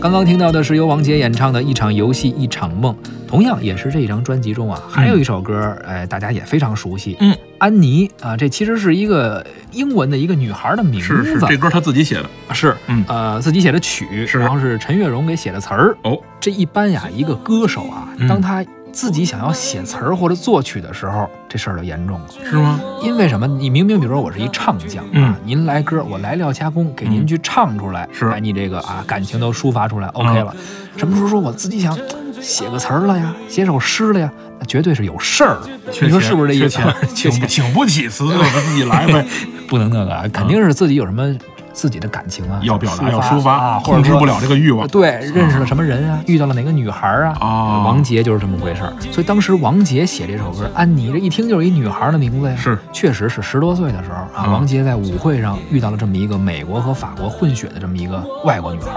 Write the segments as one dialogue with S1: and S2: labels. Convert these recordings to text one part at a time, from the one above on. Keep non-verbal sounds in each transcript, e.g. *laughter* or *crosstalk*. S1: 刚刚听到的是由王杰演唱的《一场游戏一场梦》，同样也是这一张专辑中啊，还有一首歌，哎，大家也非常熟悉，
S2: 嗯，
S1: 安妮啊，这其实是一个英文的一个女孩的名字，
S2: 是是，这歌他自己写的
S1: 是
S2: 嗯
S1: 呃，自己写的曲，
S2: 是
S1: 然后是陈月荣给写的词儿。
S2: 哦。
S1: 这一般呀，一个歌手啊，
S2: 嗯
S1: 当他自己想要写词儿或者作曲的时候，这事儿就严重了。
S2: 是吗？
S1: 因为什么？你明明比如说我是一唱将、
S2: 嗯
S1: 啊，您来歌，我来料加工，给您去唱出来，
S2: 是嗯
S1: 把你这个啊感情都抒发出来，OK 了。什么时候说我自己想写个词儿了呀，写首诗了呀，那绝对是有事儿。
S2: 缺
S1: 你说
S2: 钱
S1: 是不是这意
S2: 缺
S1: 思？ *laughs* 缺
S2: 钱，
S1: 钱
S2: 请不请不起词，我们自己来
S1: *laughs*
S2: 呗。
S1: 不能那个啊，肯定是自己有什么自己的感情啊，
S2: 嗯要表达，要抒
S1: 抒
S2: 发，
S1: 啊，或
S2: 控
S1: 者
S2: 制
S1: 说
S2: 不了这个欲望。
S1: 对，认识了什么人啊？遇到了哪个女孩啊？
S2: 哦
S1: 王杰就是这么回事儿。所以当时王杰写这首歌《安妮》，这一听就是一女孩的名字呀。
S2: 是，
S1: 确实是十多岁的时候啊，
S2: 嗯
S1: 王杰在舞会上遇到了这么一个美国和法国混血的这么一个外国女孩，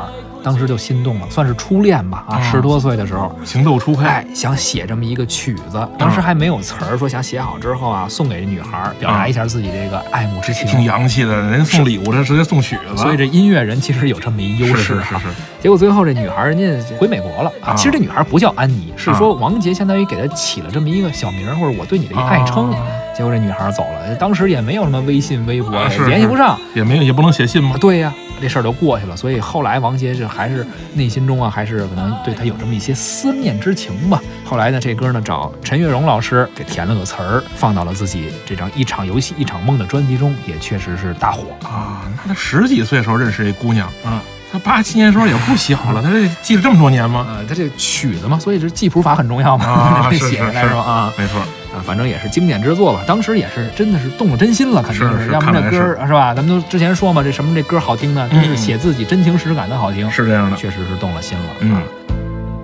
S1: 当时就心动了，算是初恋吧啊，
S2: 哦
S1: 十多岁的时候。
S2: 情窦初开，
S1: 哎，想写这么一个曲子，当
S2: 嗯
S1: 时还没有词儿，说想写好之后啊，送给这女孩，表达一下自己这个爱慕之情。
S2: 嗯挺洋气的，人家送礼物，这直接送曲子。
S1: 所以这音乐人其实有这么一优
S2: 是
S1: 势
S2: 是
S1: 啊。
S2: 是是，
S1: 结果最后这女孩儿人家回美国了啊。
S2: 啊
S1: 其实这女孩儿不叫安妮，是
S2: 啊
S1: 说王杰相当于给她起了这么一个小名儿，或者我对你的一个爱称
S2: 啊。
S1: 结果这女孩儿走了，当时也没有什么微信、微博
S2: 啊是，
S1: 联系不上。
S2: 也没有也不能写信吗
S1: 啊？对呀、这事儿就过去了。所以后来王杰这还是内心中啊，还是可能对她有这么一些思念之情吧。后来呢，这歌呢找陈月荣老师给填了个词儿，放到了自己这张《一场游戏一场梦》的专辑中，也确实是大火。
S2: 啊，那他十几岁时候认识一姑娘，
S1: 嗯，
S2: 他八七年时候也不小了，他这记了这么多年吗？
S1: 呃，它这曲子嘛，所以这记谱法很重要嘛，
S2: 啊
S1: 这 *laughs*
S2: 是
S1: 写下
S2: 是
S1: 来
S2: 是
S1: 是吧？啊
S2: 没错，
S1: 啊，反正也是经典之作吧。当时也是真的是动了真心了，肯定
S2: 是是
S1: 要不
S2: 看
S1: 然
S2: 来
S1: 这歌儿是吧？咱们都之前说嘛，这什么这歌儿好听呢，
S2: 嗯
S1: 真是写自己真情实感的好听，
S2: 是这样的。
S1: 确实是动了心了。
S2: 嗯
S1: 啊，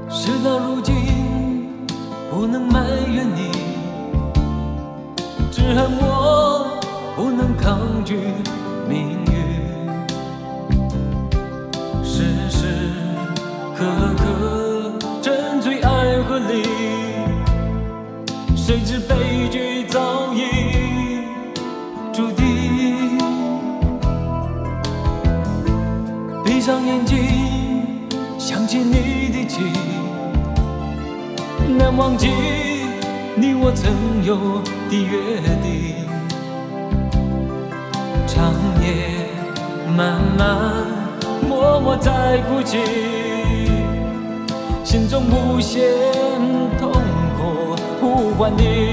S3: 事到如今，不能埋怨你，只恨我不能抗拒命运。时时刻刻沉醉爱河里，谁知悲剧早已注定。闭上眼睛，记你的情，难忘记你我曾有的约定。长夜漫漫，默默在哭泣，心中无限痛苦呼唤你。哎